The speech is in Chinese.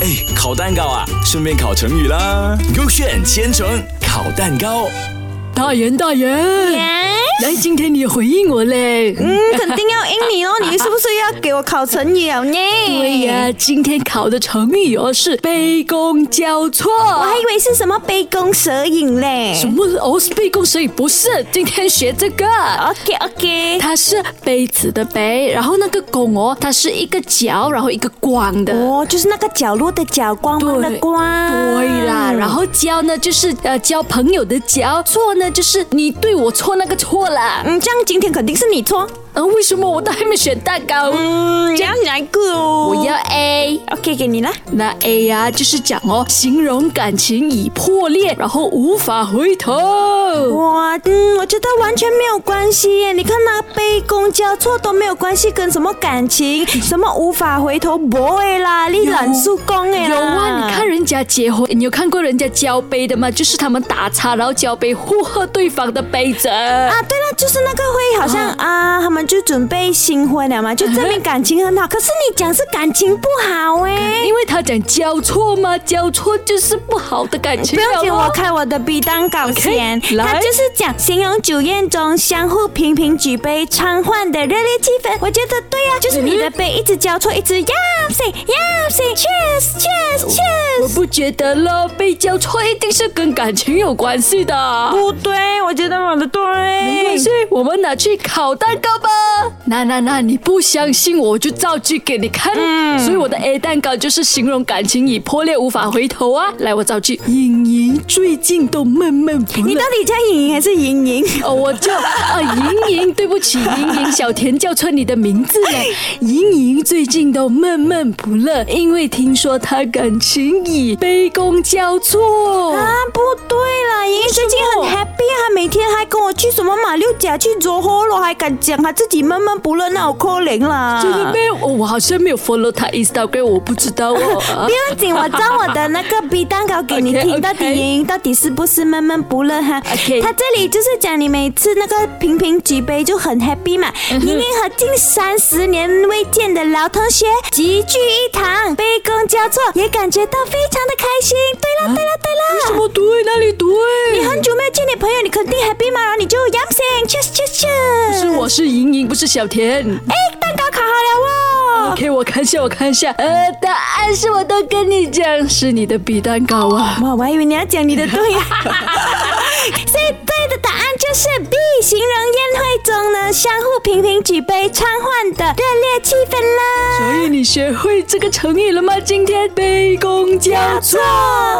哎，烤蛋糕啊，顺便烤成语啦。勾选千层烤蛋糕，大人大人，来，今天你回应我嘞。嗯，肯定要应你哦，你是不是要给我考成语了呢？对呀、今天考的成语哦是杯弓交错。我还以为是什么杯弓蛇影嘞。什么？哦，是杯弓蛇影，不是。今天学这个。 OK OK，它是杯子的杯，然后那个弓哦，它是一个角，然后一个光的。哦，就是那个角落的角，光芒的光。对啦，然后交呢就是呃交朋友的交，错呢就是你对我错那个错啦。嗯，这样今天肯定是你错。嗯，为什么我都还没选蛋糕？嗯，这样哪一个哦？我要 A。 OK 给你了。那 A 呀、就是讲哦，形容感情已破裂，然后无法回头。哇，嗯，我觉得完全没有关系耶。你看那杯弓交错都没有关系，跟什么感情、什么无法回头不会啦，你懒速攻哎啦。有啊，你看人家结婚，你有看过人家交杯的吗？就是他们打叉，然后交杯互喝对方的杯子。啊，对了，就是那个会好像啊，他们就准备新婚了嘛，就证明感情很好。可是你讲是感情不好哎。因为他讲交错嘛，交错就是不好的感情不了咯。用紧，我看我的 B 单稿先 OK，来他就是讲形容酒宴中相互频频举杯畅换的热烈气氛。我觉得对啊，就是你的杯一直交错，一直呀塞呀塞，cheers cheers 我 cheers。不觉得咯，被交错一定是跟感情有关系的。不对，我觉得我的对。没关系，我们拿去烤蛋糕吧。那那那，你不相信我，我就造句给你看。嗯所以我的 A 蛋糕就是形容感情已破裂，无法回头啊。来，我造句：莹莹最近都闷闷不你乐到。底叫莹莹还是莹莹？哦，我就啊，莹莹，对不起，莹莹，小田叫错你的名字了。莹莹最近都闷闷不乐，因为听说她感情已杯弓交错。啊，不对啦，莹莹最近很 happy，啊她每天还跟我去什么马六甲去做火了，还敢讲她自己闷闷不乐，那我可怜啦。真 的没有、哦我好像没有 follow 他 Instagram，我不知道哦。啊不用紧，我照我的那个 B 蛋糕给你 OK，OK 听，到底莹莹到底是不是闷闷不乐哈 OK 她这里就是讲你每次那个频频举杯就很 happy 嘛。莹莹和近三十年未见的老同学集聚一堂，杯弓交错，也感觉到非常的开心。对了，对了，对什了。么对？哪里对？你很久没有见你朋友，你肯定 happy 嘛，然后你就 yum sing cheers cheers cheers。是我是莹莹，不是小田。哎，蛋糕烤好了哦。 OK，我看一下，我看一下。呃，答案是我都跟你讲，是你的比蛋糕啊。哇，我还以为你要讲你的 对、啊，所以对的答案就是 B，形容宴会中呢相互频频举杯畅换的热烈气氛啦。所以你学会这个成语了吗？今天杯弓交错。错。